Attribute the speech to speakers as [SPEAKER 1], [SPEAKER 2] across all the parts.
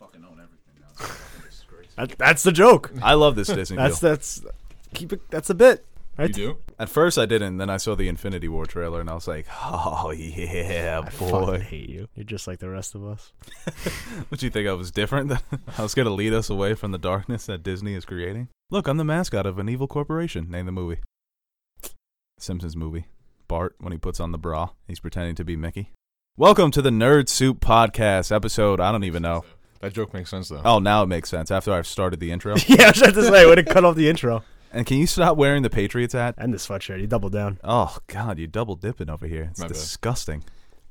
[SPEAKER 1] That, that's the joke.
[SPEAKER 2] I love this Disney
[SPEAKER 1] That's
[SPEAKER 2] deal.
[SPEAKER 1] that's keep it. That's a bit. Right?
[SPEAKER 3] You do?
[SPEAKER 2] At first, I didn't. Then I saw the Infinity War trailer, and I was like, "Oh yeah,
[SPEAKER 1] Fucking
[SPEAKER 2] boy!"
[SPEAKER 1] hate you. You're just like the rest of us.
[SPEAKER 2] What you think I was different? I was gonna lead us away from the darkness that Disney is creating. Look, I'm the mascot of an evil corporation. Name the movie. Simpsons movie. Bart when he puts on the bra, he's pretending to be Mickey. Welcome to the Nerd Soup Podcast episode. I don't even know.
[SPEAKER 3] That joke makes sense though.
[SPEAKER 2] Oh, now it makes sense after I've started the intro.
[SPEAKER 1] yeah, I was just say, way to cut off the intro
[SPEAKER 2] And can you stop wearing the Patriots hat?
[SPEAKER 1] and the sweatshirt. You double down.
[SPEAKER 2] Oh God, you double dipping over here. It's
[SPEAKER 3] My bad.
[SPEAKER 2] disgusting.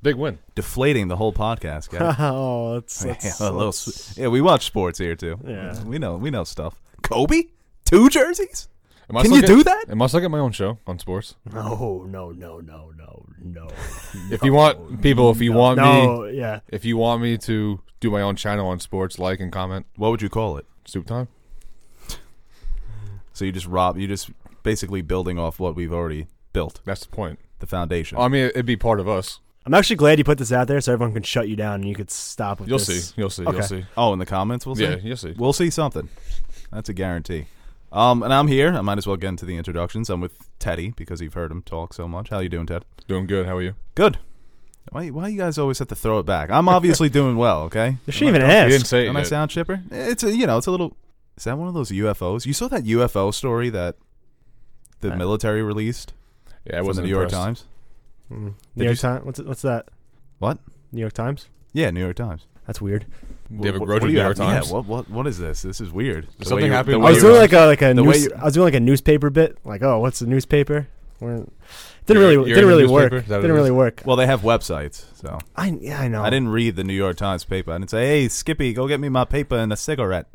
[SPEAKER 3] Big win.
[SPEAKER 2] Deflating the whole podcast, guys.
[SPEAKER 1] oh, that's,
[SPEAKER 2] yeah,
[SPEAKER 1] that's
[SPEAKER 2] a little s- yeah, we watch sports here too.
[SPEAKER 1] Yeah.
[SPEAKER 2] we know we know stuff. Kobe, two jerseys.
[SPEAKER 3] Am I
[SPEAKER 2] Can
[SPEAKER 3] still
[SPEAKER 2] you
[SPEAKER 3] get-
[SPEAKER 2] do that?
[SPEAKER 3] Am I still get my own show on sports?
[SPEAKER 1] no, no, no, no, no, no.
[SPEAKER 3] If you want people, if you
[SPEAKER 1] no,
[SPEAKER 3] want me,
[SPEAKER 1] no, yeah.
[SPEAKER 3] if you want me to do my own channel on sports, like and comment.
[SPEAKER 2] What would you call it?
[SPEAKER 3] Soup time.
[SPEAKER 2] So you just rob. You just basically building off what we've already built,
[SPEAKER 3] That's the point.
[SPEAKER 2] the foundation.
[SPEAKER 3] I mean, it'd be part of us.
[SPEAKER 1] I'm actually glad you put this out there so everyone can shut you down and you could stop with
[SPEAKER 3] You'll
[SPEAKER 1] this.
[SPEAKER 3] see. You'll see.
[SPEAKER 1] Okay.
[SPEAKER 3] You'll see.
[SPEAKER 2] oh, in the comments, we'll see.
[SPEAKER 3] Yeah, you'll see.
[SPEAKER 2] We'll see something. That's a guarantee. Um, and I'm here. I might as well get into the introductions. I'm with Teddy because you've heard him talk so much. How you doing, Ted?
[SPEAKER 3] Doing good. How are you?
[SPEAKER 2] Good. Why, why you guys always have to throw it back? I'm obviously doing well, okay?
[SPEAKER 1] Does she even
[SPEAKER 3] You didn't
[SPEAKER 1] ask?
[SPEAKER 3] say it.
[SPEAKER 2] Am I
[SPEAKER 3] yet.
[SPEAKER 2] sound chipper? It's a, you know, it's a little. Is that one of those UFOs? You saw that UFO story that the
[SPEAKER 1] Uh,
[SPEAKER 2] military released
[SPEAKER 3] yeah, I
[SPEAKER 2] from the
[SPEAKER 3] wasn't
[SPEAKER 2] New York
[SPEAKER 3] impressed.
[SPEAKER 2] Times?
[SPEAKER 1] Mm.
[SPEAKER 2] Did
[SPEAKER 1] New
[SPEAKER 2] you
[SPEAKER 1] York
[SPEAKER 2] s-
[SPEAKER 1] Times. What's what's that?
[SPEAKER 2] What?
[SPEAKER 1] New York Times.
[SPEAKER 2] Yeah, New York Times.
[SPEAKER 1] That's weird.
[SPEAKER 3] They have a
[SPEAKER 2] Wh- wh- what
[SPEAKER 3] grudge with
[SPEAKER 2] do you
[SPEAKER 3] New York
[SPEAKER 2] have- yeah,
[SPEAKER 3] Times.
[SPEAKER 2] what, what, what is this? This is weird. The way
[SPEAKER 3] something
[SPEAKER 2] you-
[SPEAKER 3] happened
[SPEAKER 2] the
[SPEAKER 3] with
[SPEAKER 2] way
[SPEAKER 1] I
[SPEAKER 3] Well,
[SPEAKER 1] was
[SPEAKER 2] you-
[SPEAKER 3] you're
[SPEAKER 1] doing like a like a
[SPEAKER 2] the way
[SPEAKER 1] news,
[SPEAKER 2] you-
[SPEAKER 1] I was doing like a newspaper bit. Like, oh, what's a newspaper? We're, didn't
[SPEAKER 3] You're-
[SPEAKER 1] really
[SPEAKER 3] you're
[SPEAKER 1] didn't
[SPEAKER 3] in the
[SPEAKER 1] really work.
[SPEAKER 3] newspaper? Is that what
[SPEAKER 1] Didn't
[SPEAKER 3] it is?
[SPEAKER 1] really work.
[SPEAKER 2] Well, they have websites, so
[SPEAKER 1] I yeah, I know.
[SPEAKER 2] I didn't read the New York Times paper. I didn't say, "Hey, Skippy, go get me my paper and a cigarette."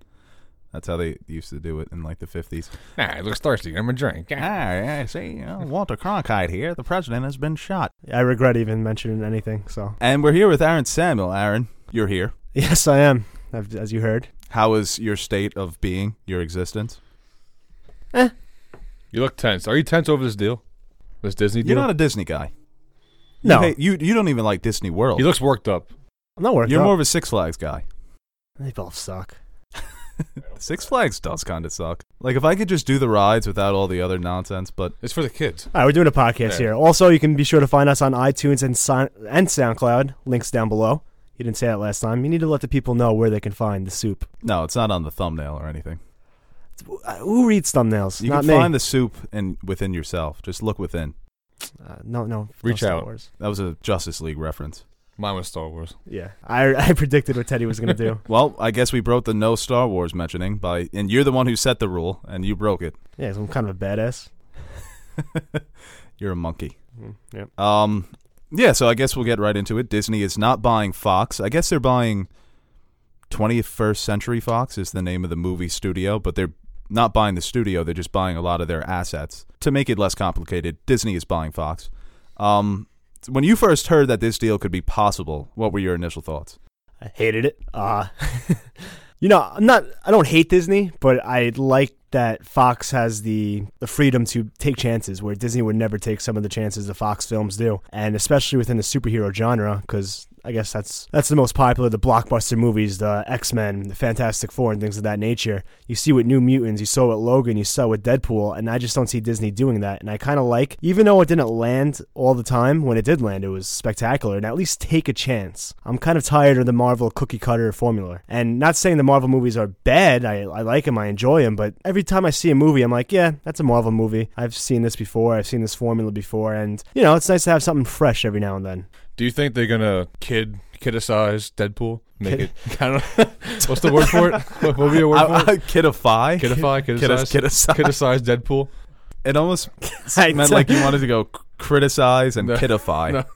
[SPEAKER 2] That's how they used to do it in like the fifties.
[SPEAKER 3] Nah, it looks thirsty. I'm a drink. Yeah.
[SPEAKER 2] Ah, I see. you know, Walter Cronkite here. The president has been shot,
[SPEAKER 1] I regret even mentioning anything. So
[SPEAKER 2] and we're here with Aaron Samuel. Aaron, you're here.
[SPEAKER 1] yes, I am. I've, as you heard,
[SPEAKER 2] How is your state of being, your existence?
[SPEAKER 3] You look tense. Are you tense over this deal? This Disney
[SPEAKER 2] You're
[SPEAKER 3] deal?
[SPEAKER 2] not a Disney guy.
[SPEAKER 1] no,
[SPEAKER 2] You, hate- you you don't even like Disney World.
[SPEAKER 3] he looks worked up.
[SPEAKER 1] I'm not working.
[SPEAKER 2] You're more of a Six Flags guy.
[SPEAKER 1] they both suck.
[SPEAKER 2] Six Flags does kind of suck. Like if I could just do the rides without all the other nonsense, but
[SPEAKER 3] It's for the kids.
[SPEAKER 1] All right, we're doing a podcast
[SPEAKER 3] Yeah.
[SPEAKER 1] here. Also, you can be sure to find us on iTunes and Sound and SoundCloud. Links down below. You didn't say that last time. You need to let the people know where they can find the soup.
[SPEAKER 2] no, it's not on the thumbnail or anything.
[SPEAKER 1] Uh, Who reads thumbnails?
[SPEAKER 2] You
[SPEAKER 1] Not
[SPEAKER 2] can
[SPEAKER 1] me.
[SPEAKER 2] find the soup in within yourself. Just look within.
[SPEAKER 1] uh, no, no.
[SPEAKER 3] Reach
[SPEAKER 1] no Star
[SPEAKER 3] out.
[SPEAKER 1] Wars.
[SPEAKER 2] That was a Justice League reference.
[SPEAKER 3] Mine was Star Wars.
[SPEAKER 1] Yeah, I, I predicted what Teddy was going to do.
[SPEAKER 2] Well, I guess we broke the no Star Wars mentioning by, and you're the one who set the rule, and you broke it.
[SPEAKER 1] yeah, 'cause I'm kind of a badass.
[SPEAKER 2] You're a monkey.
[SPEAKER 1] Mm, yeah.
[SPEAKER 2] Um, yeah. So I guess we'll get right into it. Disney is not buying Fox. I guess they're buying 21st Century Fox is the name of the movie studio, but they're not buying the studio. They're just buying a lot of their assets to make it less complicated. Disney is buying Fox. Um, when you first heard that this deal could be possible, what were your initial thoughts?
[SPEAKER 1] I hated it. Uh, you know, I'm not. I don't hate Disney, but I like that Fox has the the freedom to take chances where Disney would never take some of the chances the Fox films do, and especially within the superhero genre, because. I guess that's that's the most popular, the blockbuster movies, the X Men, the Fantastic Four, and things of that nature. You see with New Mutants, you saw with Logan, you saw with Deadpool, and I just don't see Disney doing that. And I kind of like, even though it didn't land all the time, when it did land, it was spectacular. And at least take a chance. I'm kind of tired of the Marvel cookie cutter formula. And not saying the Marvel movies are bad. I, I like them, I enjoy them, but every time I see a movie, I'm like, yeah, that's a Marvel movie. I've seen this before, I've seen this formula before, and, you know, it's nice to have something fresh every now and then.
[SPEAKER 3] Do you think they're gonna kid kidicize Deadpool? Make it kind of what's the word for it? What would be a word for it?
[SPEAKER 2] I, I, kidify,
[SPEAKER 3] Kidify,
[SPEAKER 2] Kidis-
[SPEAKER 3] kidicize,
[SPEAKER 2] kidicide.
[SPEAKER 3] kidicize Deadpool.
[SPEAKER 2] It almost
[SPEAKER 1] I
[SPEAKER 2] meant like you wanted to go c- criticize and
[SPEAKER 3] No.
[SPEAKER 2] kidify.
[SPEAKER 3] No.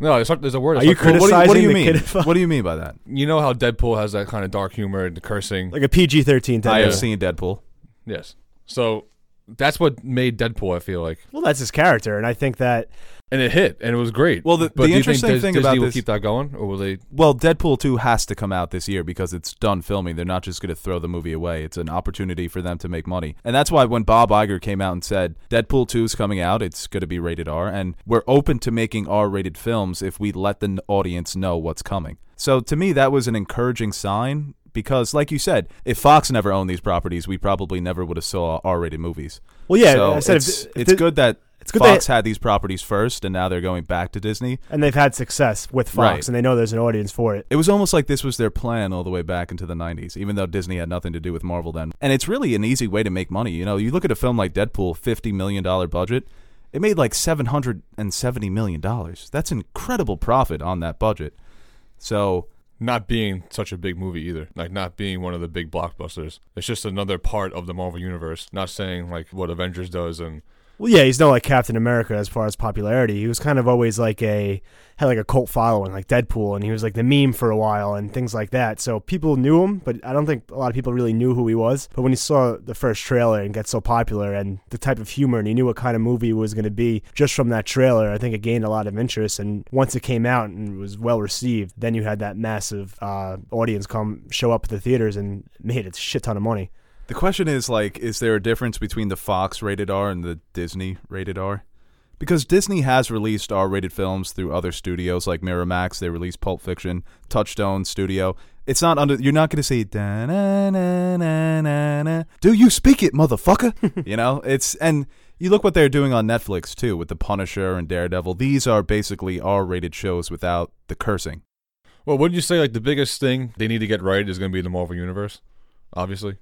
[SPEAKER 3] No, there's, some- there's a word.
[SPEAKER 1] Are
[SPEAKER 3] it's
[SPEAKER 1] you
[SPEAKER 3] like-
[SPEAKER 2] Well, what, do you, what do you mean?
[SPEAKER 1] Criticizing the kidify.
[SPEAKER 2] What do you mean by that?
[SPEAKER 3] you know how Deadpool has that kind of dark humor and the cursing.
[SPEAKER 1] like a PG 13
[SPEAKER 2] I
[SPEAKER 1] type.
[SPEAKER 3] uh,
[SPEAKER 2] have
[SPEAKER 1] of-
[SPEAKER 2] seen Deadpool.
[SPEAKER 3] yes. So that's what made Deadpool. I feel like,
[SPEAKER 1] Well, that's his character, and I think that
[SPEAKER 3] and it hit, and it was great.
[SPEAKER 2] Well, the- the
[SPEAKER 3] but do you
[SPEAKER 2] interesting
[SPEAKER 3] think Dis-
[SPEAKER 2] thing
[SPEAKER 3] Disney
[SPEAKER 2] about
[SPEAKER 3] will
[SPEAKER 2] this-
[SPEAKER 3] keep that going, or will they?
[SPEAKER 2] Well, Deadpool 2 has to come out this year because it's done filming. They're not just going to throw the movie away. It's an opportunity for them to make money. And that's why when Bob Iger came out and said, Deadpool 2 is coming out, it's going to be rated R, and we're open to making R rated films if we let the n- audience know what's coming. So to me, that was an encouraging sign because, like you said, if Fox never owned these properties, we probably never would have saw R-rated movies.
[SPEAKER 1] Well, yeah,
[SPEAKER 2] so
[SPEAKER 1] I said if-
[SPEAKER 2] it's,
[SPEAKER 1] if
[SPEAKER 2] it's
[SPEAKER 1] the-
[SPEAKER 2] good that
[SPEAKER 1] It's good
[SPEAKER 2] Fox
[SPEAKER 1] that,
[SPEAKER 2] had these properties first, and now they're going back to Disney.
[SPEAKER 1] and they've had success with Fox,
[SPEAKER 2] Right.
[SPEAKER 1] and they know there's an audience for it.
[SPEAKER 2] It was almost like this was their plan all the way back into the 90s, even though Disney had nothing to do with Marvel then. And it's really an easy way to make money. You know, you look at a film like Deadpool, $50 million budget, it made like $770 million. That's incredible profit on that budget. So,
[SPEAKER 3] Not being such a big movie either, like not being one of the big blockbusters. It's just another part of the Marvel universe. Not saying like what Avengers does and
[SPEAKER 1] Well, yeah, he's no like Captain America as far as popularity. He was kind of always like a had like a cult following, like Deadpool, and he was like the meme for a while and things like that. So people knew him, but I don't think a lot of people really knew who he was. But when he saw the first trailer and got so popular and the type of humor, and he knew what kind of movie it was going to be just from that trailer, I think it gained a lot of interest. And once it came out and was well received, then you had that massive uh, audience come show up at the theaters and made a shit ton of money.
[SPEAKER 2] the question is like, is there a difference between the Fox rated R and the Disney rated R? Because Disney has released R rated films through other studios like Miramax, they released Pulp Fiction, Touchstone Studio. It's not under you're not gonna see da na na na na na Do you speak it, motherfucker? you know? It's and you look what they're doing on Netflix too, with The Punisher and Daredevil. These are basically R rated shows without the cursing.
[SPEAKER 3] well, wouldn't you say like the biggest thing they need to get right is going to be the Marvel universe? Obviously,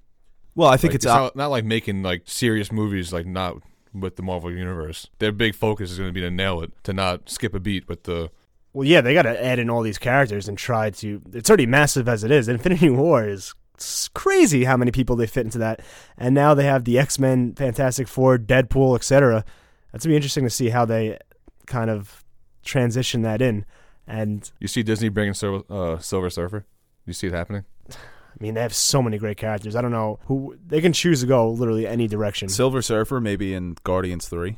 [SPEAKER 2] Well, I think
[SPEAKER 3] Like,
[SPEAKER 2] it's, out.
[SPEAKER 3] not, not like making like serious movies like not with the Marvel universe. Their big focus is going to be to nail it, to not skip a beat with the
[SPEAKER 1] Well, yeah, they got to add in all these characters and try to. It's already massive as it is. Infinity War is it's crazy how many people they fit into that, and now they have the X Men, Fantastic Four, Deadpool, etc. That's gonna be interesting to see how they kind of transition that in. And
[SPEAKER 3] You see Disney bringing Sil- uh, Silver Surfer? You see it happening?
[SPEAKER 1] I mean, they have so many great characters. I don't know who they can choose to go literally any direction.
[SPEAKER 2] Silver Surfer maybe in Guardians three.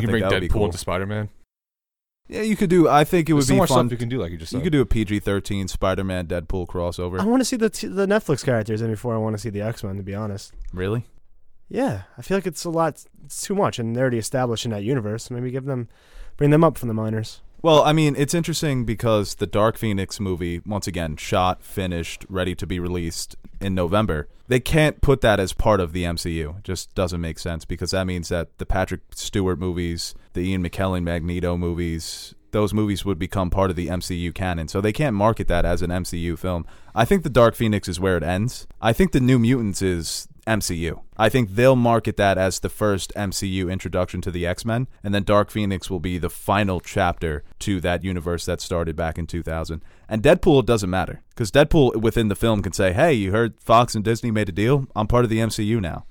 [SPEAKER 2] I
[SPEAKER 3] can
[SPEAKER 2] think
[SPEAKER 3] bring
[SPEAKER 2] that would be
[SPEAKER 3] Deadpool
[SPEAKER 2] cool.
[SPEAKER 3] into Spider Man.
[SPEAKER 2] Yeah, you could do. I think it would
[SPEAKER 3] There's so
[SPEAKER 2] be
[SPEAKER 3] much
[SPEAKER 2] fun.
[SPEAKER 3] stuff you can do, like you just uh,
[SPEAKER 2] You
[SPEAKER 3] said.
[SPEAKER 2] could do a PG thirteen Spider Man Deadpool crossover.
[SPEAKER 1] I want to see the t- the Netflix characters, and before I want to see the X Men, to be honest.
[SPEAKER 2] Really?
[SPEAKER 1] Yeah, I feel like it's a lot. It's too much, and they're already established in that universe. Maybe give them, bring them up from the minors.
[SPEAKER 2] Well, I mean, it's interesting because the Dark Phoenix movie, once again, shot, finished, ready to be released in November. They can't put that as part of the MCU. It just doesn't make sense because that means that the Patrick Stewart movies, the Ian McKellen Magneto movies, those movies would become part of the MCU canon. So they can't market that as an MCU film. I think the Dark Phoenix is where it ends. I think the New Mutants is MCU. I think they'll market that as the first MCU introduction to the X Men, and then Dark Phoenix will be the final chapter to that universe that started back in 2000. And Deadpool doesn't matter, because Deadpool within the film can say, hey, you heard Fox and Disney made a deal? I'm part of the MCU now.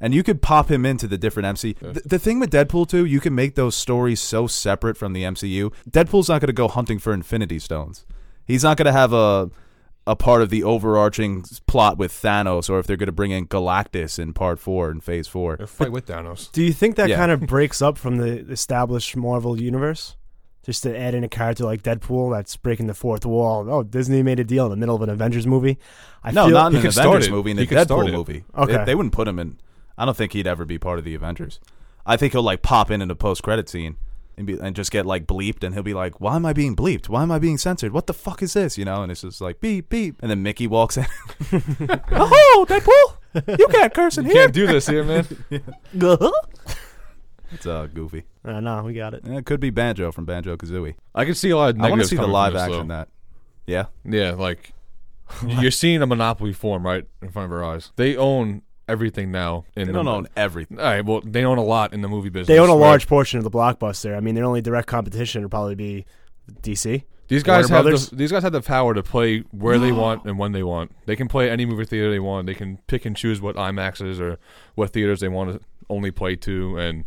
[SPEAKER 2] And you could pop him into the different MC. Th- the thing with Deadpool too, you can make those stories so separate from the MCU. Deadpool's not going to go hunting for Infinity Stones. He's not going to have a a part of the overarching s- plot with Thanos, or if they're going to bring in Galactus in Part Four in Phase Four.
[SPEAKER 3] They'll fight with Thanos.
[SPEAKER 1] Do you think that
[SPEAKER 2] Yeah.
[SPEAKER 1] kind of breaks up from the established Marvel universe? Just to add in a character like Deadpool that's breaking the fourth wall. Oh, Disney made a deal in the middle of an Avengers movie. I
[SPEAKER 2] No,
[SPEAKER 1] feel,
[SPEAKER 2] not in
[SPEAKER 3] he
[SPEAKER 2] an
[SPEAKER 3] could start
[SPEAKER 2] Avengers
[SPEAKER 3] it.
[SPEAKER 2] movie, in
[SPEAKER 3] He
[SPEAKER 2] a
[SPEAKER 3] could start
[SPEAKER 2] Deadpool
[SPEAKER 3] it.
[SPEAKER 2] movie.
[SPEAKER 1] Okay.
[SPEAKER 2] They, they wouldn't put him in. I don't think he'd ever be part of the Avengers. I think he'll like pop in in a post credit scene and be and just get like bleeped, and he'll be like, "Why am I being bleeped? Why am I being censored? What the fuck is this?" You know, and it's just like beep beep, and then Mickey walks in. oh, Deadpool! You can't curse in
[SPEAKER 3] You
[SPEAKER 2] here.
[SPEAKER 3] can't do this here, man.
[SPEAKER 2] It's uh, goofy.
[SPEAKER 1] Uh, no, we got it.
[SPEAKER 2] And it could be Banjo from Banjo Kazooie.
[SPEAKER 3] I can see a lot of
[SPEAKER 2] I want to
[SPEAKER 3] negatives.
[SPEAKER 2] see the
[SPEAKER 3] coming
[SPEAKER 2] live
[SPEAKER 3] from this,
[SPEAKER 2] action
[SPEAKER 3] though.
[SPEAKER 2] that. Yeah.
[SPEAKER 3] Yeah, like you're seeing a monopoly form right in front of our eyes. They own everything now. In
[SPEAKER 2] They
[SPEAKER 3] the,
[SPEAKER 2] don't own everything.
[SPEAKER 3] All right, well, they own a lot in the movie business.
[SPEAKER 1] They own a
[SPEAKER 3] right?
[SPEAKER 1] large portion of the blockbuster. I mean, their only direct competition would probably be DC.
[SPEAKER 3] These guys
[SPEAKER 1] Warner
[SPEAKER 3] have
[SPEAKER 1] Brothers.
[SPEAKER 3] the, these guys have the power to play where they want and when they want. They can play any movie theater they want. They can pick and choose what IMAXs or what theaters they want to only play to, and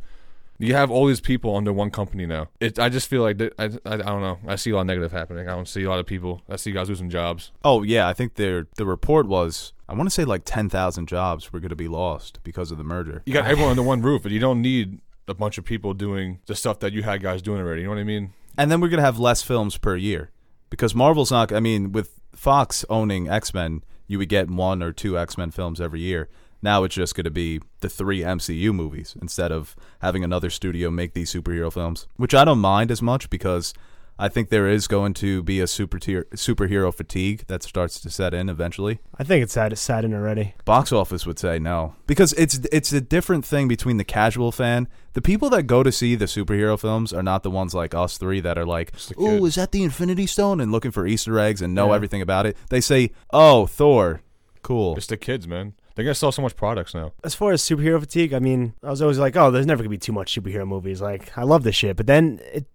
[SPEAKER 3] you have all these people under one company now. It, I just feel like that, I, I I don't know. I see a lot of negative happening. I don't see a lot of people. I see guys losing jobs.
[SPEAKER 2] Oh yeah, I think their the report was I want to say like ten thousand jobs were going to be lost because of the merger.
[SPEAKER 3] You got everyone under one roof, and you don't need a bunch of people doing the stuff that you had guys doing already. You know what I mean?
[SPEAKER 2] and then we're gonna have less films per year because Marvel's not. I mean, with Fox owning X Men, you would get one or two X Men films every year. Now it's just gonna be the three MCU movies instead of having another studio make these superhero films, which I don't mind as much because I think there is going to be a super tier, superhero fatigue that starts to set in eventually.
[SPEAKER 1] I think it's sad. It's sad in already.
[SPEAKER 2] Box office would say no because it's it's a different thing between the casual fan. The people that go to see the superhero films are not the ones like us three that are like,
[SPEAKER 3] Just the kid.
[SPEAKER 2] "Oh, is that the Infinity Stone?" and looking for Easter eggs and know
[SPEAKER 3] Yeah.
[SPEAKER 2] everything about it. They say, "Oh, Thor, cool."
[SPEAKER 3] It's the kids, man. They're gonna sell so much products now.
[SPEAKER 1] As far as superhero fatigue, I mean, I was always like, oh, there's never gonna be too much superhero movies. Like, I love this shit, but then it,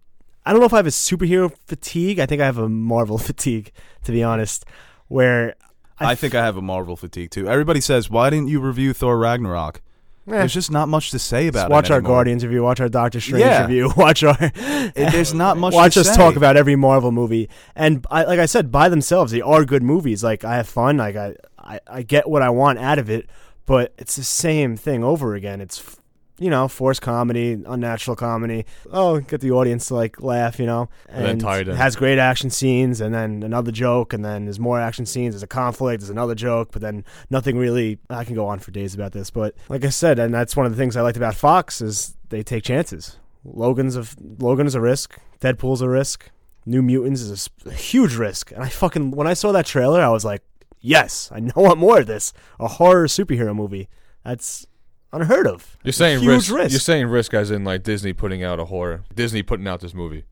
[SPEAKER 1] I don't know if I have a superhero fatigue. I think I have a Marvel fatigue, to be honest. Where
[SPEAKER 2] I think I have a Marvel fatigue too. Everybody says, "Why didn't you review Thor Ragnarok?"
[SPEAKER 1] eh,
[SPEAKER 2] There's just not much to say about
[SPEAKER 1] just watch
[SPEAKER 2] it.
[SPEAKER 1] our
[SPEAKER 2] anymore.
[SPEAKER 1] Guardians review, watch our Doctor Strange
[SPEAKER 2] Yeah.
[SPEAKER 1] review, watch our
[SPEAKER 2] It- there's not much.
[SPEAKER 1] watch
[SPEAKER 2] to
[SPEAKER 1] us
[SPEAKER 2] say.
[SPEAKER 1] talk about every Marvel movie. And I, like I said, by themselves, they are good movies. Like I have fun. Like I, I, I get what I want out of it. But it's the same thing over again. It's f- you know forced comedy, unnatural comedy. Oh, get the audience to like laugh. You know,
[SPEAKER 3] And then tie it in.
[SPEAKER 1] has great action scenes, and then another joke, and then there's more action scenes. There's a conflict. There's another joke, but then nothing really. I can go on for days about this, but like I said, and that's one of the things I liked about Fox is they take chances. Logan's a Logan is a risk. Deadpool's a risk. New Mutants is a s- a huge risk. And I fucking when I saw that trailer, I was like, yes, I know I want more of this. A horror superhero movie. That's unheard of.
[SPEAKER 3] You're saying
[SPEAKER 1] huge
[SPEAKER 3] risk,
[SPEAKER 1] risk.
[SPEAKER 3] You're saying risk, as in like Disney putting out a horror. Disney putting out this movie.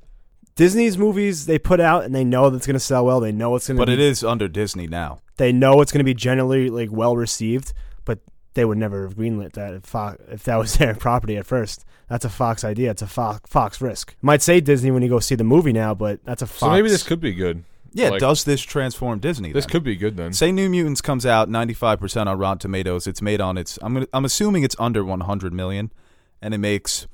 [SPEAKER 1] Disney's movies they put out and they know that's going to sell well. They know it's going to
[SPEAKER 2] But
[SPEAKER 1] be
[SPEAKER 2] it is under Disney now.
[SPEAKER 1] they know it's going to be generally like well received, but they would never have greenlit that if, Fo if that was their property at first. That's a Fox idea. It's a Fox Fox risk. Might say Disney when you go see the movie now, but that's a Fox.
[SPEAKER 3] So maybe this could be good.
[SPEAKER 2] Yeah,
[SPEAKER 3] Like-
[SPEAKER 2] does this transform Disney?
[SPEAKER 3] This
[SPEAKER 2] then?
[SPEAKER 3] could be good then.
[SPEAKER 2] Say New Mutants comes out 95% on Rotten Tomatoes. It's made on its I'm gonna, I'm assuming it's under 100 million and it makes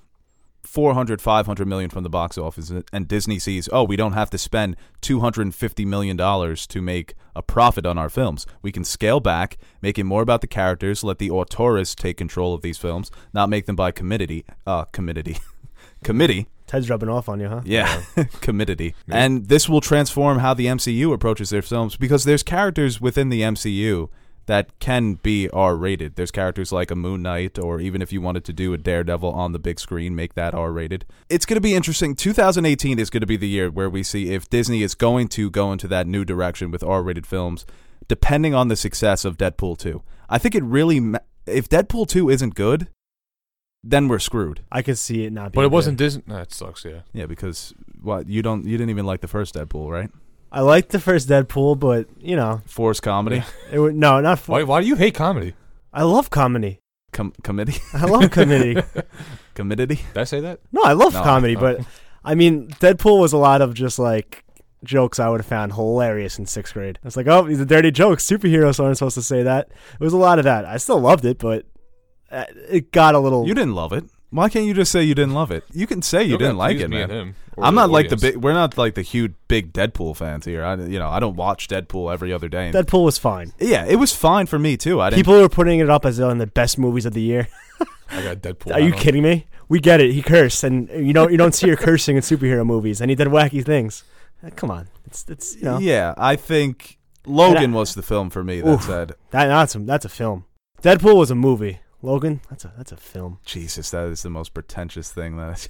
[SPEAKER 2] 400 500 million from the box office and- and Disney sees, "Oh, we don't have to spend 250 million dollars to make a profit on our films. We can scale back, make it more about the characters, let the auteurs take control of these films, not make them by committee uh committee committee
[SPEAKER 1] Ted's rubbing off on you, huh?
[SPEAKER 2] yeah, committee. And this will transform how the MCU approaches their films because there's characters within the MCU that can be R rated. There's characters like a Moon Knight, or even if you wanted to do a Daredevil on the big screen, make that R rated. It's going to be interesting. 2018 is going to be the year where we see if Disney is going to go into that new direction with R rated films, depending on the success of Deadpool 2. I think it really, ma- if Deadpool 2 isn't good, then we're screwed.
[SPEAKER 1] I could see it not. Being
[SPEAKER 3] but it wasn't
[SPEAKER 1] good.
[SPEAKER 3] Disney. That sucks. Yeah.
[SPEAKER 2] Yeah, because what you don't you didn't even like the first Deadpool, right?
[SPEAKER 1] I liked the first Deadpool, but you know,
[SPEAKER 2] Forced comedy
[SPEAKER 1] it would no, not. For,
[SPEAKER 3] Why? Why do you hate comedy?
[SPEAKER 1] I love comedy.
[SPEAKER 2] Com- committee
[SPEAKER 1] I love comedy.
[SPEAKER 2] committee.
[SPEAKER 3] Did I say that?
[SPEAKER 1] no, I love
[SPEAKER 2] No,
[SPEAKER 1] comedy,
[SPEAKER 3] no.
[SPEAKER 1] but I mean, Deadpool was a lot of just like jokes I would have found hilarious in sixth grade. It's like, oh, these are dirty jokes. Superheroes aren't supposed to say that. It was a lot of that. I still loved it, but uh, it got a little.
[SPEAKER 2] You didn't love it. Why can't you just say you didn't love it? You can say you
[SPEAKER 3] You're
[SPEAKER 2] didn't
[SPEAKER 3] gonna
[SPEAKER 2] like
[SPEAKER 3] please
[SPEAKER 2] it,
[SPEAKER 3] me and
[SPEAKER 2] man.
[SPEAKER 3] him, or
[SPEAKER 2] I'm not like the
[SPEAKER 3] audience.
[SPEAKER 2] big. We're not like the huge big Deadpool fans here. I you know I don't watch Deadpool every other day. and-
[SPEAKER 1] Deadpool was fine.
[SPEAKER 2] yeah, it was fine for me too. I didn't.
[SPEAKER 1] People were putting it up as one of the best movies of the year.
[SPEAKER 3] I got Deadpool.
[SPEAKER 1] Are you
[SPEAKER 3] now.
[SPEAKER 1] kidding me? We get it. He cursed, and you don't you don't see her cursing in superhero movies, and he did wacky things. Uh, Come on, it's it's you know
[SPEAKER 2] Yeah, I think Logan was the film for me that
[SPEAKER 1] Oof.
[SPEAKER 2] said,
[SPEAKER 1] that that's a, that's a film. Deadpool was a movie. Logan, that's a that's a film.
[SPEAKER 2] "Jesus, that is the most pretentious thing that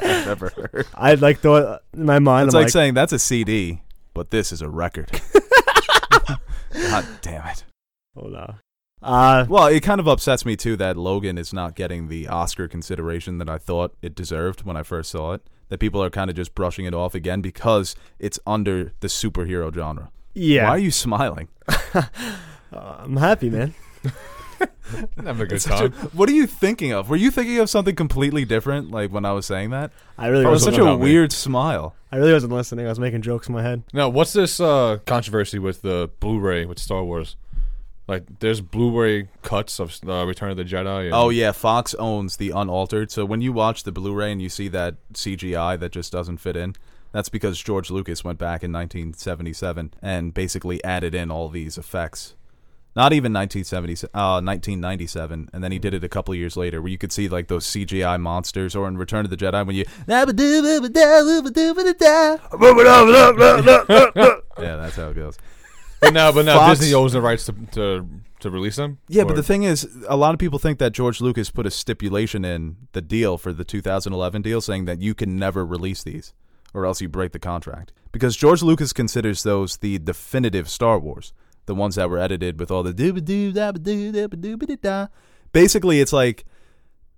[SPEAKER 2] I've ever heard."
[SPEAKER 1] I like thought in my mind.
[SPEAKER 2] It's
[SPEAKER 1] I'm
[SPEAKER 2] like,
[SPEAKER 1] like,
[SPEAKER 2] saying that's a CD, but this is a record. God damn it.
[SPEAKER 1] oh no. Uh,
[SPEAKER 2] Well, it kind of upsets me too that Logan is not getting the Oscar consideration that I thought it deserved when I first saw it. That people are kind of just brushing it off again because it's under the superhero genre. Why
[SPEAKER 1] yeah,
[SPEAKER 2] are you smiling?
[SPEAKER 1] Uh, I'm happy, man.
[SPEAKER 3] Having a good
[SPEAKER 2] It's such a-
[SPEAKER 3] time.
[SPEAKER 2] what are you thinking of? Were you thinking of something completely different? Like when I was saying that,
[SPEAKER 1] I really
[SPEAKER 2] it was
[SPEAKER 1] wasn't.
[SPEAKER 2] such a
[SPEAKER 3] about me.
[SPEAKER 2] weird smile.
[SPEAKER 1] I really wasn't listening. I was making jokes in my head.
[SPEAKER 3] Now, what's this uh, controversy with the Blu-ray with Star Wars? Like, there's Blu-ray cuts of uh, Return of the Jedi. And
[SPEAKER 2] Oh yeah, Fox owns the unaltered. So when you watch the Blu-ray and you see that CGI that just doesn't fit in, that's because George Lucas went back in 1977 and basically added in all these effects. Not even 1977, uh, 1997, and then he did it a couple years later, where you could see like those CGI monsters, or in Return of the Jedi when you yeah, that's how it goes.
[SPEAKER 3] but now, but now
[SPEAKER 2] Fox-
[SPEAKER 3] Disney owns the rights to to, to release them.
[SPEAKER 2] Yeah, but
[SPEAKER 3] Or-
[SPEAKER 2] the thing is, a lot of people think that George Lucas put a stipulation in the deal for the 2011 deal saying that you can never release these, or else you break the contract. Because George Lucas considers those the definitive Star Wars, the ones that were edited with all the dooba doo da ba doo da ba doo ba da. Basically, it's like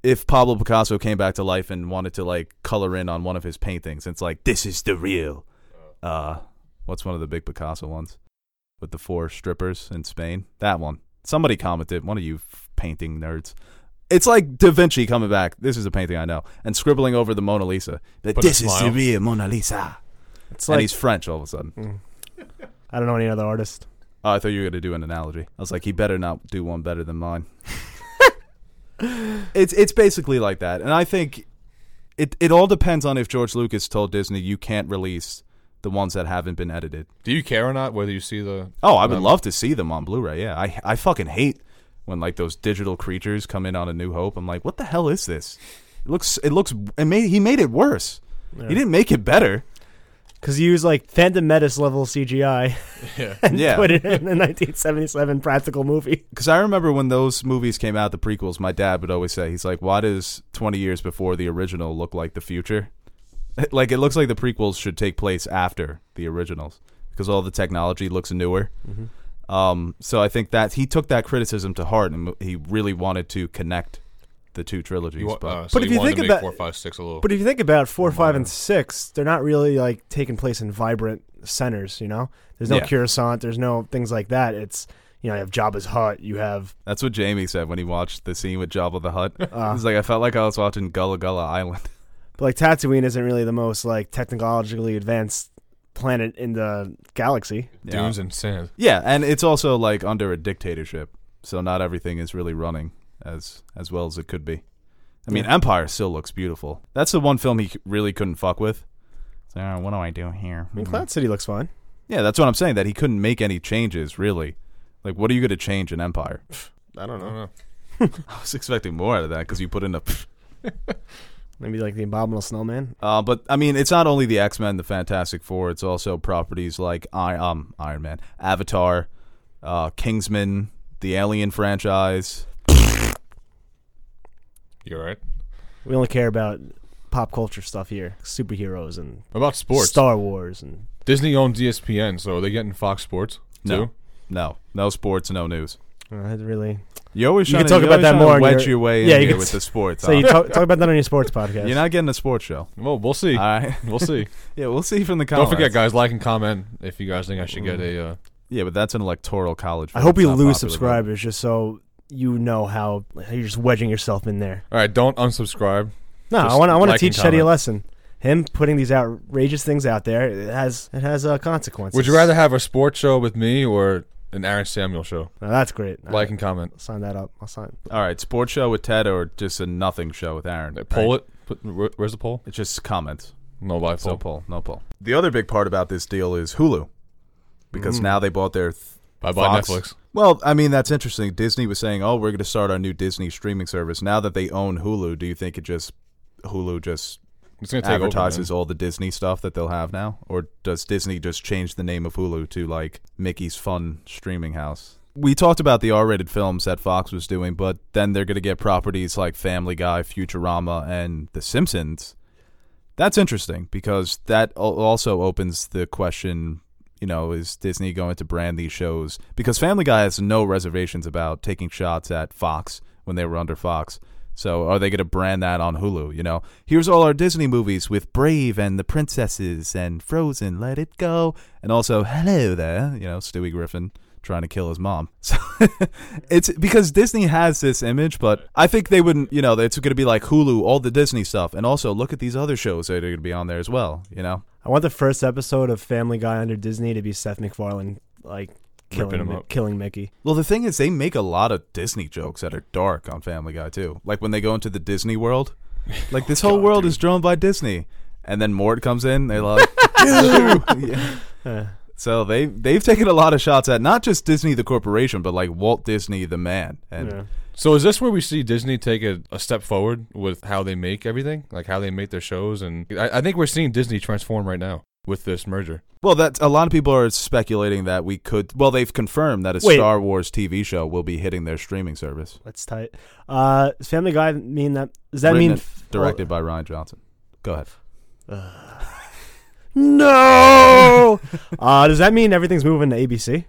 [SPEAKER 2] if Pablo Picasso came back to life and wanted to like color in on one of his paintings, it's like this is the real. Uh, what's one of the big Picasso ones with the four strippers in Spain? That one. Somebody commented. One of you f- painting nerds. It's like Da Vinci coming back. This is a painting I know, and scribbling over the Mona Lisa. That
[SPEAKER 3] Put a
[SPEAKER 2] this is the
[SPEAKER 3] smile.
[SPEAKER 2] real Mona Lisa.
[SPEAKER 1] It's
[SPEAKER 2] and
[SPEAKER 1] like
[SPEAKER 2] he's French all of a sudden.
[SPEAKER 1] I don't know any other artist.
[SPEAKER 2] Oh, I thought you were gonna do an analogy. I was like, he better not do one better than mine. it's it's basically like that, and I think it it all depends on if George Lucas told Disney you can't release the ones that haven't been edited.
[SPEAKER 3] Do you care or not whether you see the?
[SPEAKER 2] Oh, I would
[SPEAKER 3] Um,
[SPEAKER 2] love to see them on Blu-ray. Yeah, I I fucking hate when like those digital creatures come in on A New Hope. I'm like, what the hell is this? It looks it looks it made he made it worse. He didn't make it better.
[SPEAKER 1] Because you use like Phantom Menace level CGI
[SPEAKER 3] Yeah.
[SPEAKER 1] and
[SPEAKER 2] Yeah.
[SPEAKER 1] put it in a 1977 practical movie.
[SPEAKER 2] Because I remember when those movies came out, the prequels, my dad would always say, he's like, why does 20 years before the original look like the future? like, it looks like the prequels should take place after the originals because all the technology looks newer.
[SPEAKER 3] Mm-hmm.
[SPEAKER 2] Um, so I think that he took that criticism to heart and he really wanted to connect the two trilogies.
[SPEAKER 3] You, want-
[SPEAKER 2] but
[SPEAKER 3] uh, so
[SPEAKER 1] But if
[SPEAKER 3] you
[SPEAKER 1] you
[SPEAKER 3] wanted
[SPEAKER 1] think
[SPEAKER 3] to make
[SPEAKER 1] about-
[SPEAKER 3] four, five, six a little.
[SPEAKER 1] But if you think about four,
[SPEAKER 3] Or
[SPEAKER 1] five,
[SPEAKER 3] Maya.
[SPEAKER 1] and six, they're not really like taking place in vibrant centers. You know, there's no
[SPEAKER 2] Yeah.
[SPEAKER 1] Coruscant, there's no things like that. It's you know, you have Jabba's hut, you have
[SPEAKER 2] that's what Jamie said when he watched the scene with Jabba the Hutt.
[SPEAKER 1] Ah.
[SPEAKER 2] he's like, I felt like I was watching Gullah Gullah Island.
[SPEAKER 1] but like Tatooine isn't really the most like technologically advanced planet in the galaxy.
[SPEAKER 2] Yeah.
[SPEAKER 3] dunes and sand.
[SPEAKER 2] Yeah, and it's also like under a dictatorship, so not everything is really running as as well as it could be. I mean, Empire still looks beautiful. That's the one film he c- really couldn't fuck with. So "Oh, what do I do here?
[SPEAKER 1] I mean,
[SPEAKER 3] Mm-hmm.
[SPEAKER 2] Hmm."
[SPEAKER 1] Cloud City looks fine.
[SPEAKER 2] Yeah, that's what I'm saying. That he couldn't make any changes really. Like, what are you going to change in Empire?
[SPEAKER 1] I
[SPEAKER 3] I don't know.
[SPEAKER 2] I was expecting more out of that because you put in a.
[SPEAKER 1] Maybe like the Abominable Snowman.
[SPEAKER 2] Uh, but I mean, it's not only the X Men, the Fantastic Four. It's also properties like I, um, Iron Man, Avatar, uh, Kingsman, the Alien franchise.
[SPEAKER 3] You're right.
[SPEAKER 1] We only care about pop culture stuff here, superheroes and
[SPEAKER 3] What about sports?
[SPEAKER 1] Star Wars and
[SPEAKER 3] Disney owns E ESPN, so are they getting Fox Sports
[SPEAKER 2] No.
[SPEAKER 3] too?
[SPEAKER 2] No, no sports, no news.
[SPEAKER 1] uh,
[SPEAKER 3] Uh-huh.
[SPEAKER 1] I really.
[SPEAKER 2] You always
[SPEAKER 1] You
[SPEAKER 2] trying
[SPEAKER 1] can talk
[SPEAKER 2] to,
[SPEAKER 1] about
[SPEAKER 2] always
[SPEAKER 1] that
[SPEAKER 2] trying to
[SPEAKER 1] more in
[SPEAKER 2] Wedge
[SPEAKER 1] your-
[SPEAKER 2] your way
[SPEAKER 1] Yeah,
[SPEAKER 2] in
[SPEAKER 1] you
[SPEAKER 2] here
[SPEAKER 1] can-
[SPEAKER 2] with the sports.
[SPEAKER 1] So you talk, talk about that on your sports podcast.
[SPEAKER 2] are not getting a sports show.
[SPEAKER 3] Well, we'll see.
[SPEAKER 2] All right.
[SPEAKER 3] we'll see.
[SPEAKER 2] Yeah, we'll see from the
[SPEAKER 3] Don't
[SPEAKER 2] comments.
[SPEAKER 3] forget, guys, like and comment if you guys think I should get a. Uh,
[SPEAKER 2] Yeah, but that's an electoral college.
[SPEAKER 1] I
[SPEAKER 2] vote.
[SPEAKER 1] hope
[SPEAKER 2] It's
[SPEAKER 1] you
[SPEAKER 2] not
[SPEAKER 1] lose
[SPEAKER 2] popular vote.
[SPEAKER 1] subscribers just so you know how how you're just wedging yourself in there.
[SPEAKER 3] all right, don't unsubscribe.
[SPEAKER 1] No, I
[SPEAKER 3] Just
[SPEAKER 1] want I want to
[SPEAKER 3] like
[SPEAKER 1] teach
[SPEAKER 3] and
[SPEAKER 1] Teddy a
[SPEAKER 3] comment.
[SPEAKER 1] lesson. Him putting these outrageous things out there it has it has uh, consequences.
[SPEAKER 3] Would you rather have a sports show with me or an Aaron Samuel show?
[SPEAKER 1] Now, that's great. All
[SPEAKER 3] Like
[SPEAKER 1] right,
[SPEAKER 3] and comment.
[SPEAKER 1] I'll sign that up. I'll sign.
[SPEAKER 2] All right, sports show with Ted or just a nothing show with Aaron.
[SPEAKER 3] Poll it. Put, where, where's the poll?
[SPEAKER 2] It's just comments.
[SPEAKER 3] No live
[SPEAKER 2] So
[SPEAKER 3] poll.
[SPEAKER 2] poll, no poll. The other big part about this deal is Hulu, because now they bought their. Th-
[SPEAKER 3] Bye bye
[SPEAKER 2] Fox.
[SPEAKER 3] Netflix.
[SPEAKER 2] well, I mean that's interesting. Disney was saying, "Oh, we're going to start our new Disney streaming service." Now that they own Hulu, do you think it just Hulu just
[SPEAKER 3] It's gonna take over, man.
[SPEAKER 2] advertises all the Disney stuff that they'll have now, or does Disney just change the name of Hulu to like Mickey's Fun Streaming House? We talked about the R-rated films that Fox was doing, but then they're going to get properties like Family Guy, Futurama, and The Simpsons. That's interesting because that al- also opens the question, you know, is Disney going to brand these shows? Because Family Guy has no reservations about taking shots at Fox when they were under Fox. So are they going to brand that on Hulu? You know, here's all our Disney movies with Brave and the Princesses and Frozen, Let It Go, and also Hello There. You know, Stewie Griffin trying to kill his mom. So it's because Disney has this image, but I think they wouldn't. You know, it's going to be like Hulu, all the Disney stuff, and also look at these other shows that are going to be on there as well. You know,
[SPEAKER 1] I want the first episode of Family Guy under Disney to be Seth MacFarlane like killing
[SPEAKER 3] him
[SPEAKER 1] Mi-
[SPEAKER 3] up.
[SPEAKER 1] killing Mickey.
[SPEAKER 2] Well, the thing is, they make a lot of Disney jokes that are dark on Family Guy too. Like when they go into the Disney world, like this whole world is drawn by Disney, and then Mort comes in, they're like, Yeah.
[SPEAKER 1] Uh,
[SPEAKER 2] so they they've taken a lot of shots at not just Disney the corporation, but like Walt Disney the man. And
[SPEAKER 1] yeah.
[SPEAKER 3] So is this where we see Disney take a, a step forward with how they make everything, like how they make their shows, and I, I think we're seeing Disney transform right now with this merger.
[SPEAKER 2] well, that's a lot of people are speculating that we could. Well, they've confirmed that a
[SPEAKER 1] Wait.
[SPEAKER 2] Star Wars TV show will be hitting their streaming service.
[SPEAKER 1] That's tight. Uh, does Family Guy mean that? Does that
[SPEAKER 2] Written
[SPEAKER 1] mean
[SPEAKER 2] and directed by Ryan Johnson. Go ahead.
[SPEAKER 1] Oh, No. uh, does that mean everything's moving to ABC?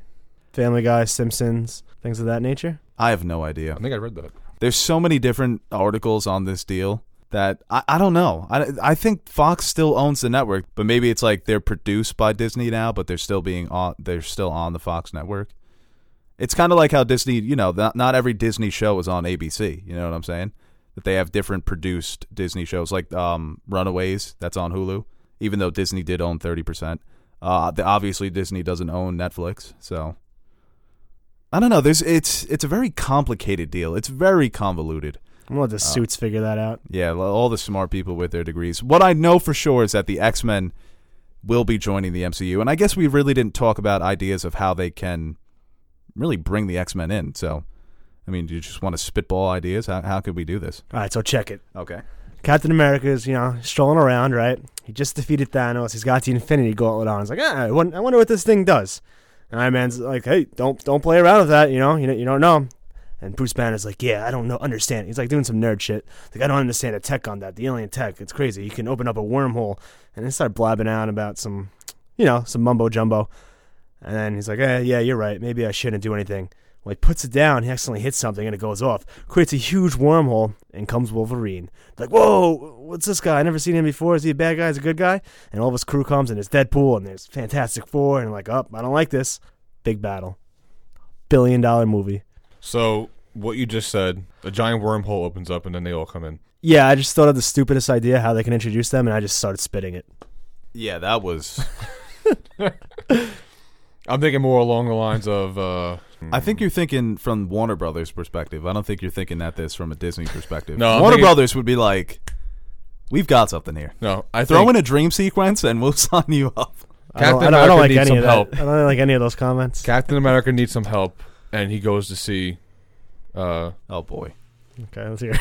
[SPEAKER 1] Family Guy, Simpsons, things of that nature.
[SPEAKER 2] I have no idea.
[SPEAKER 3] I think I read that.
[SPEAKER 2] There's so many different articles on this deal that I, I don't know. I, I think Fox still owns the network, but maybe it's like they're produced by Disney now, but they're still being on. They're still on the Fox network. It's kind of like how Disney, you know, not, not every Disney show is on ABC. You know what I'm saying? That they have different produced Disney shows, like um, Runaways, that's on Hulu. Even though Disney did own 30 percent, uh, the- obviously Disney doesn't own Netflix, so I don't know. There's it's it's a very complicated deal. It's very convoluted.
[SPEAKER 1] I'm gonna let the
[SPEAKER 3] Uh,
[SPEAKER 1] suits figure that out.
[SPEAKER 2] Yeah, l- all the smart people with their degrees. What I know for sure is that the X Men will be joining the MCU, and I guess we really didn't talk about ideas of how they can really bring the X Men in. So, I mean, do you just want to spitball ideas? How how could we do this?
[SPEAKER 1] All right, so check it.
[SPEAKER 2] Okay.
[SPEAKER 1] Captain America is, you know, strolling around, right? He just defeated Thanos. He's got the Infinity Gauntlet on. He's like, ah, I won- I wonder what this thing does. And Iron Man's like, hey, don't don't play around with that. You know, you know, you don't know. And Bruce Banner's like, yeah, I don't know, understand. He's like doing some nerd shit. Like, I don't understand the tech on that, the alien tech. It's crazy. You can open up a wormhole, and they start blabbing out about some, you know, some mumbo jumbo. And then he's like, eh, yeah, you're right. Maybe I shouldn't do anything. Well, he puts it down. He accidentally hits something, and it goes off. Creates a huge wormhole, and comes Wolverine. Like, whoa, what's this guy? I never seen him before. Is he a bad guy? Is he a good guy? And all of his crew comes, and it's Deadpool, and there's Fantastic Four, and like, oh, I don't like this. Big battle, billion dollar movie.
[SPEAKER 3] So what you just said, a giant wormhole opens up and then they all come in.
[SPEAKER 1] Yeah, I just thought of the stupidest idea how they can introduce them, and I just started spitting it.
[SPEAKER 2] Yeah, that was.
[SPEAKER 3] I'm thinking more along the lines of uh,
[SPEAKER 2] I think you're thinking from Warner Brothers' perspective. I don't think you're thinking at this from a Disney perspective.
[SPEAKER 3] No, I'm
[SPEAKER 2] Warner
[SPEAKER 3] thinking-
[SPEAKER 2] Brothers would be like, "We've got something here.
[SPEAKER 3] no. I
[SPEAKER 2] Throw
[SPEAKER 3] think
[SPEAKER 2] in a dream sequence, and we'll sign you up."
[SPEAKER 3] Captain
[SPEAKER 1] I don't, I don't
[SPEAKER 3] America
[SPEAKER 1] like
[SPEAKER 3] needs
[SPEAKER 1] any
[SPEAKER 3] some
[SPEAKER 1] of that.
[SPEAKER 3] help.
[SPEAKER 1] I don't like any of those comments.
[SPEAKER 3] Captain America needs some help, and he goes to see. Uh,
[SPEAKER 2] Oh boy.
[SPEAKER 1] Okay, let's hear.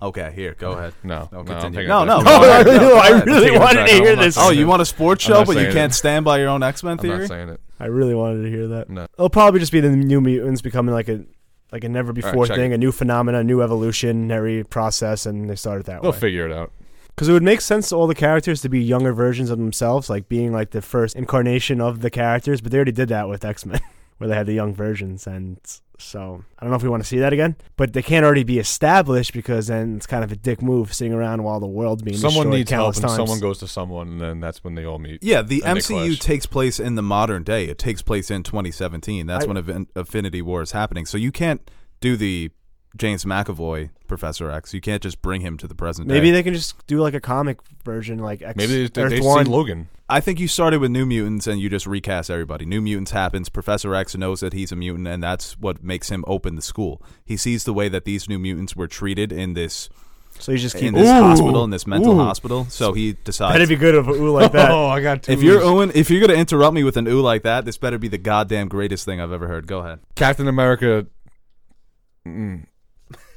[SPEAKER 2] Okay, here,
[SPEAKER 3] Hmm.
[SPEAKER 2] go ahead.
[SPEAKER 3] No,
[SPEAKER 2] no,
[SPEAKER 3] no, I'm
[SPEAKER 2] continue.
[SPEAKER 3] taking
[SPEAKER 2] No,
[SPEAKER 3] it
[SPEAKER 2] no,
[SPEAKER 3] back.
[SPEAKER 2] go
[SPEAKER 1] I
[SPEAKER 2] ahead,
[SPEAKER 1] really,
[SPEAKER 2] go
[SPEAKER 1] I
[SPEAKER 2] ahead.
[SPEAKER 1] really
[SPEAKER 3] Take it
[SPEAKER 1] wanted
[SPEAKER 3] back.
[SPEAKER 1] to
[SPEAKER 3] I'm
[SPEAKER 1] hear
[SPEAKER 3] not
[SPEAKER 1] this.
[SPEAKER 3] saying-
[SPEAKER 2] Oh, you want a sports
[SPEAKER 3] I'm
[SPEAKER 2] show,
[SPEAKER 3] not
[SPEAKER 2] but you
[SPEAKER 3] saying
[SPEAKER 2] can't
[SPEAKER 3] it.
[SPEAKER 2] stand by your own X Men
[SPEAKER 3] I'm
[SPEAKER 2] theory?
[SPEAKER 3] not saying it.
[SPEAKER 1] I really wanted to hear that.
[SPEAKER 3] No.
[SPEAKER 1] It'll probably just be the New Mutants becoming like a like a never before
[SPEAKER 3] check
[SPEAKER 1] thing, a new phenomena, a new evolutionary process, and they started that
[SPEAKER 3] They'll
[SPEAKER 1] way.
[SPEAKER 3] figure it out.
[SPEAKER 1] Because it would make sense to all the characters to be younger versions of themselves, like being like the first incarnation of the characters. But they already did that with X Men, where they had the young versions, and so I don't know if we want to see that again. But they can't already be established because then it's kind of a dick move sitting around while the world's being
[SPEAKER 3] Someone
[SPEAKER 1] destroyed
[SPEAKER 3] needs help,
[SPEAKER 1] countless
[SPEAKER 3] and
[SPEAKER 1] times.
[SPEAKER 3] someone goes to someone, and then that's when they all meet.
[SPEAKER 2] Yeah, the
[SPEAKER 3] And they
[SPEAKER 2] MCU
[SPEAKER 3] clash.
[SPEAKER 2] takes place in the modern day. It takes place in 2017. That's
[SPEAKER 1] I-
[SPEAKER 2] when Aven- Affinity War is happening. So you can't do the James McAvoy Professor X. You can't just bring him to the present
[SPEAKER 1] Maybe
[SPEAKER 2] day.
[SPEAKER 1] they can just do like a comic version, like X
[SPEAKER 3] Maybe they, they,
[SPEAKER 1] Earth
[SPEAKER 3] they see
[SPEAKER 1] One.
[SPEAKER 3] Logan.
[SPEAKER 2] I think you started with New Mutants and you just recast everybody. New Mutants happens. Professor X knows that he's a mutant, and that's what makes him open the school. He sees the way that these new mutants were treated in this
[SPEAKER 1] so you just keep.
[SPEAKER 2] in this
[SPEAKER 3] Ooh.
[SPEAKER 2] hospital, in this mental
[SPEAKER 3] Ooh.
[SPEAKER 2] hospital. So he decides.
[SPEAKER 1] That'd be good if it ooh like that.
[SPEAKER 3] oh, I got two.
[SPEAKER 2] If you're Owen, if you're gonna interrupt me with an ooh like that, this better be the goddamn greatest thing I've ever heard. Go ahead.
[SPEAKER 3] Captain America, mm,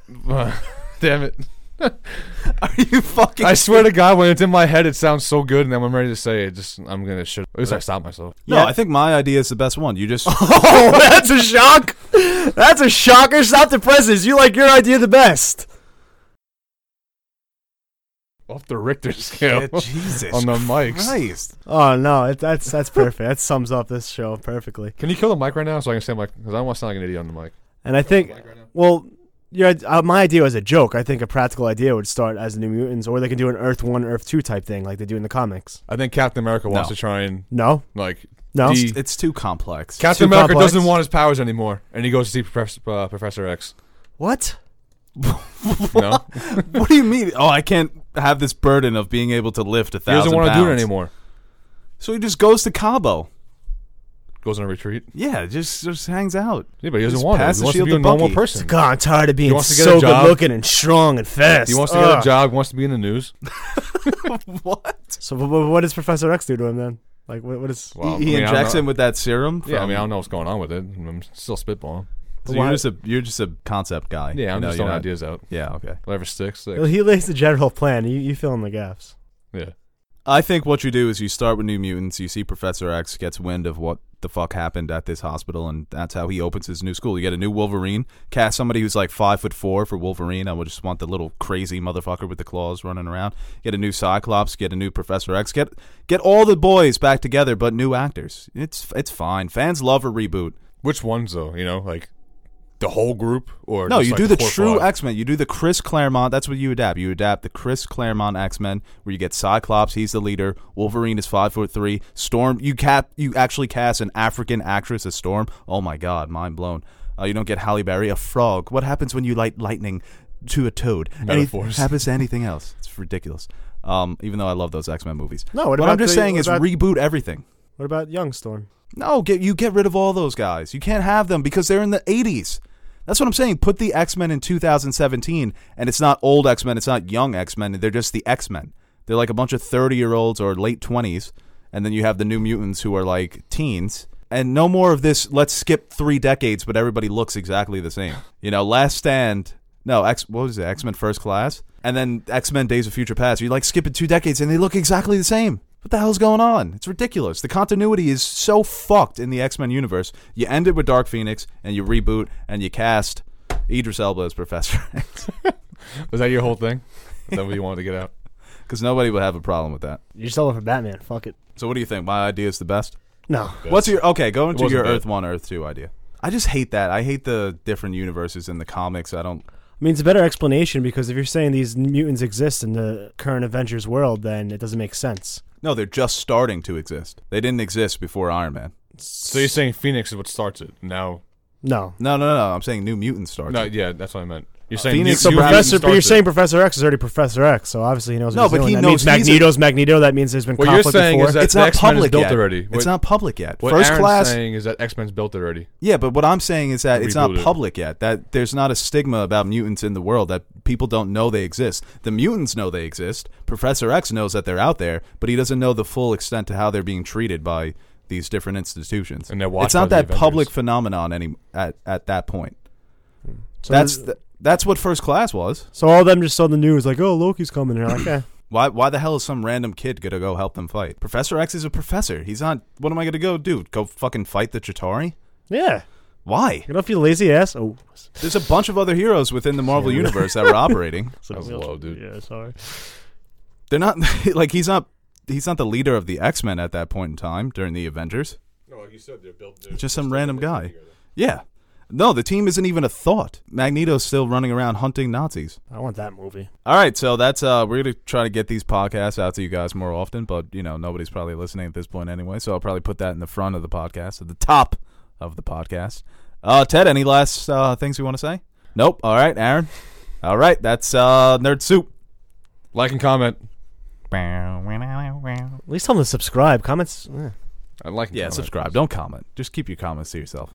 [SPEAKER 3] damn it!
[SPEAKER 2] Are you fucking?
[SPEAKER 3] I swear to God, when it's in my head, it sounds so good, and then when I'm ready to say it, just I'm gonna shit. At least I stop myself.
[SPEAKER 2] no,
[SPEAKER 1] Yeah.
[SPEAKER 2] I think my idea is the best one. You just
[SPEAKER 1] Oh, that's a shock. That's a shocker. Stop the presses. You like your idea the best.
[SPEAKER 3] Off the Richter scale
[SPEAKER 2] Jesus
[SPEAKER 3] on the mics.
[SPEAKER 2] Christ.
[SPEAKER 1] Oh no, it, that's that's perfect. that sums up this show perfectly.
[SPEAKER 3] Can you kill the mic right now so I can say my? Because I don't want to sound like an idiot on the mic.
[SPEAKER 1] And I think, well, your id- uh, my idea was a joke. I think a practical idea would start as the New Mutants, or they can do an Earth One, Earth Two type thing, like they do in the comics.
[SPEAKER 3] I think Captain America wants
[SPEAKER 2] No.
[SPEAKER 3] to try and
[SPEAKER 1] No,
[SPEAKER 3] like
[SPEAKER 1] no.
[SPEAKER 3] The-
[SPEAKER 2] It's too complex.
[SPEAKER 3] Captain
[SPEAKER 1] too
[SPEAKER 3] America
[SPEAKER 1] complex.
[SPEAKER 3] doesn't want his powers anymore, and he goes to see Professor, uh, Professor X.
[SPEAKER 1] what?
[SPEAKER 3] No,
[SPEAKER 2] what do you mean? Oh, I can't have this burden of being able to lift a
[SPEAKER 3] he
[SPEAKER 2] thousand.
[SPEAKER 3] doesn't want to
[SPEAKER 2] pounds.
[SPEAKER 3] do it anymore.
[SPEAKER 2] So he just goes to Cabo.
[SPEAKER 3] Goes on a retreat.
[SPEAKER 2] Yeah, just just hangs out.
[SPEAKER 3] Yeah, but he doesn't
[SPEAKER 2] Just
[SPEAKER 3] want it.
[SPEAKER 2] pass
[SPEAKER 3] He
[SPEAKER 2] the
[SPEAKER 3] wants to
[SPEAKER 2] shield
[SPEAKER 3] be
[SPEAKER 2] to
[SPEAKER 3] a normal
[SPEAKER 2] Bucky.
[SPEAKER 3] person.
[SPEAKER 1] God, I'm tired of being
[SPEAKER 3] wants to get a
[SPEAKER 1] so good
[SPEAKER 3] job.
[SPEAKER 1] looking and strong and fast.
[SPEAKER 3] He wants to get a
[SPEAKER 1] Ugh.
[SPEAKER 3] job. Wants to be in the news.
[SPEAKER 2] what?
[SPEAKER 1] So, but, but what does Professor X do to him then? Like, what, what is?
[SPEAKER 3] Well,
[SPEAKER 2] he he
[SPEAKER 3] I mean, I don't
[SPEAKER 2] injects
[SPEAKER 3] know-
[SPEAKER 2] him with that serum. From,
[SPEAKER 3] Yeah, I mean, I don't know what's going on with it. I'm still spitballing.
[SPEAKER 2] so
[SPEAKER 1] Why-
[SPEAKER 2] you're just a you're just a concept guy.
[SPEAKER 3] Yeah, I'm
[SPEAKER 2] You know,
[SPEAKER 3] just
[SPEAKER 2] you're
[SPEAKER 3] throwing
[SPEAKER 2] not-
[SPEAKER 3] ideas out.
[SPEAKER 2] Yeah, okay.
[SPEAKER 3] Whatever sticks, sticks.
[SPEAKER 1] He lays the general plan. You you fill in the gaps.
[SPEAKER 3] Yeah.
[SPEAKER 2] I think what you do is you start with New Mutants. You see Professor X gets wind of what the fuck happened at this hospital, and that's how he opens his new school. You get a new Wolverine. Cast somebody who's like five foot four for Wolverine. I would just want the little crazy motherfucker with the claws running around. Get a new Cyclops. Get a new Professor X. Get get all the boys back together, but new actors. It's it's fine. Fans love a reboot.
[SPEAKER 3] Which ones though? You know, like the whole group or
[SPEAKER 2] No,
[SPEAKER 3] just,
[SPEAKER 2] you
[SPEAKER 3] like,
[SPEAKER 2] do the
[SPEAKER 3] four or
[SPEAKER 2] true
[SPEAKER 3] five?
[SPEAKER 2] X Men. You do the Chris Claremont. That's what you adapt. You adapt the Chris Claremont X Men, where you get Cyclops. He's the leader. Wolverine is five foot three. Storm. You cap. You actually cast an African actress as Storm. Oh my God, mind blown. Uh, you don't get Halle Berry, a frog. What happens when you light lightning to a toad? Any-
[SPEAKER 3] Metaphors.
[SPEAKER 2] happens to anything else? It's ridiculous. Um, even though I love those X Men movies.
[SPEAKER 1] No, what
[SPEAKER 2] what I'm
[SPEAKER 1] about
[SPEAKER 2] just
[SPEAKER 1] the-
[SPEAKER 2] saying
[SPEAKER 1] what
[SPEAKER 2] is
[SPEAKER 1] about-
[SPEAKER 2] reboot everything.
[SPEAKER 1] What about Young Storm?
[SPEAKER 2] No, get you get rid of all those guys. You can't have them because they're in the 80s. That's what I'm saying. Put the X-Men in 2017 and it's not old X-Men, it's not young X-Men, they're just the X-Men. They're like a bunch of 30-year-olds or late 20s and then you have the new mutants who are like teens. And no more of this let's skip 3 decades but everybody looks exactly the same. You know, Last Stand no, X. What was it? X Men First Class, and then X Men Days of Future Past. You like skip it two decades, and they look exactly the same. What the hell's going on? It's ridiculous. The continuity is so fucked in the X Men universe. You end it with Dark Phoenix, and you reboot, and you cast Idris Elba as Professor X,
[SPEAKER 3] Was that your whole thing? Is that what you wanted to get out?
[SPEAKER 2] because nobody would have a problem with that.
[SPEAKER 1] You're selling for Batman. Fuck it.
[SPEAKER 2] So, what do you think? My idea is the best.
[SPEAKER 1] No.
[SPEAKER 2] What's your okay? Go into
[SPEAKER 3] wasn't
[SPEAKER 2] your
[SPEAKER 3] bad.
[SPEAKER 2] Earth One, Earth Two idea. I just hate that. I hate the different universes in the comics. I don't.
[SPEAKER 1] I mean, it's a better explanation because if you're saying these mutants exist in the current Avengers world, then it doesn't make sense.
[SPEAKER 2] No, they're just starting to exist. They didn't exist before Iron Man.
[SPEAKER 3] So you're saying Phoenix is what starts it? Now,
[SPEAKER 1] No.
[SPEAKER 2] No, no, no. I'm saying New Mutants starts.
[SPEAKER 3] no,
[SPEAKER 2] it.
[SPEAKER 3] yeah, that's what I meant. You're saying
[SPEAKER 2] Phoenix-
[SPEAKER 3] New-
[SPEAKER 2] So
[SPEAKER 3] New Mutants
[SPEAKER 1] Professor, but you're
[SPEAKER 3] starts it.
[SPEAKER 1] saying Professor X is already Professor X, so obviously he knows.
[SPEAKER 2] No,
[SPEAKER 1] what he's
[SPEAKER 2] but
[SPEAKER 1] doing.
[SPEAKER 2] he
[SPEAKER 1] that
[SPEAKER 2] knows
[SPEAKER 1] means
[SPEAKER 2] he's a-
[SPEAKER 1] Magneto's Magneto. That means there's been
[SPEAKER 3] What you're
[SPEAKER 1] conflict
[SPEAKER 3] saying
[SPEAKER 1] before.
[SPEAKER 3] is that-
[SPEAKER 2] it's not
[SPEAKER 3] X-Men is
[SPEAKER 2] public
[SPEAKER 3] built
[SPEAKER 2] yet.
[SPEAKER 3] already.
[SPEAKER 2] It's
[SPEAKER 3] What-
[SPEAKER 2] not public yet.
[SPEAKER 3] What
[SPEAKER 2] First
[SPEAKER 3] Aaron's
[SPEAKER 2] class.
[SPEAKER 3] saying is that X Men's built already.
[SPEAKER 2] yeah, but what I'm saying is that it's not
[SPEAKER 3] Rebooted.
[SPEAKER 2] public yet. That there's not a stigma about mutants in the world that people don't know they exist. The mutants know they exist. Professor X knows that they're out there, but he doesn't know the full extent to how they're being treated by these different institutions.
[SPEAKER 3] And they're watched
[SPEAKER 2] it's not
[SPEAKER 3] by the
[SPEAKER 2] that public
[SPEAKER 3] Avengers.
[SPEAKER 2] phenomenon any at at that point.
[SPEAKER 1] So
[SPEAKER 2] that's
[SPEAKER 1] th-
[SPEAKER 2] th- that's what first class was.
[SPEAKER 1] so all of them just saw the news like, oh, Loki's coming. And they're like, eh.
[SPEAKER 2] Why, why the hell is some random kid gonna go help them fight? Professor X is a professor. He's not. What am I gonna go do? Go fucking fight the Chitauri?
[SPEAKER 1] yeah,
[SPEAKER 2] Why?
[SPEAKER 1] you know, if you lazy ass. Oh,
[SPEAKER 2] There's a bunch of other heroes within the Marvel
[SPEAKER 1] Yeah.
[SPEAKER 2] universe that were operating.
[SPEAKER 3] That was low, dude.
[SPEAKER 1] Yeah, sorry.
[SPEAKER 2] They're not like he's not he's not the leader of the X Men at that point in time during the Avengers.
[SPEAKER 3] No, like you said, they're built.
[SPEAKER 2] Just some random guy. Yeah. No, the team isn't even a thought. Magneto's still running around hunting Nazis.
[SPEAKER 1] I want that movie.
[SPEAKER 2] All right, so that's uh, we're gonna try to get these podcasts out to you guys more often, but you know nobody's probably listening at this point anyway, so I'll probably put that in the front of the podcast, at the top of the podcast. Uh, Ted, any last uh, things you want to say? Nope. All right, Aaron. All right, that's uh, Nerd Soup.
[SPEAKER 3] Like and comment.
[SPEAKER 1] At least tell them to subscribe. eh. Comments. eh.
[SPEAKER 3] I like. And
[SPEAKER 2] Yeah,
[SPEAKER 3] comment.
[SPEAKER 2] subscribe. Don't comment. Just keep your comments to yourself.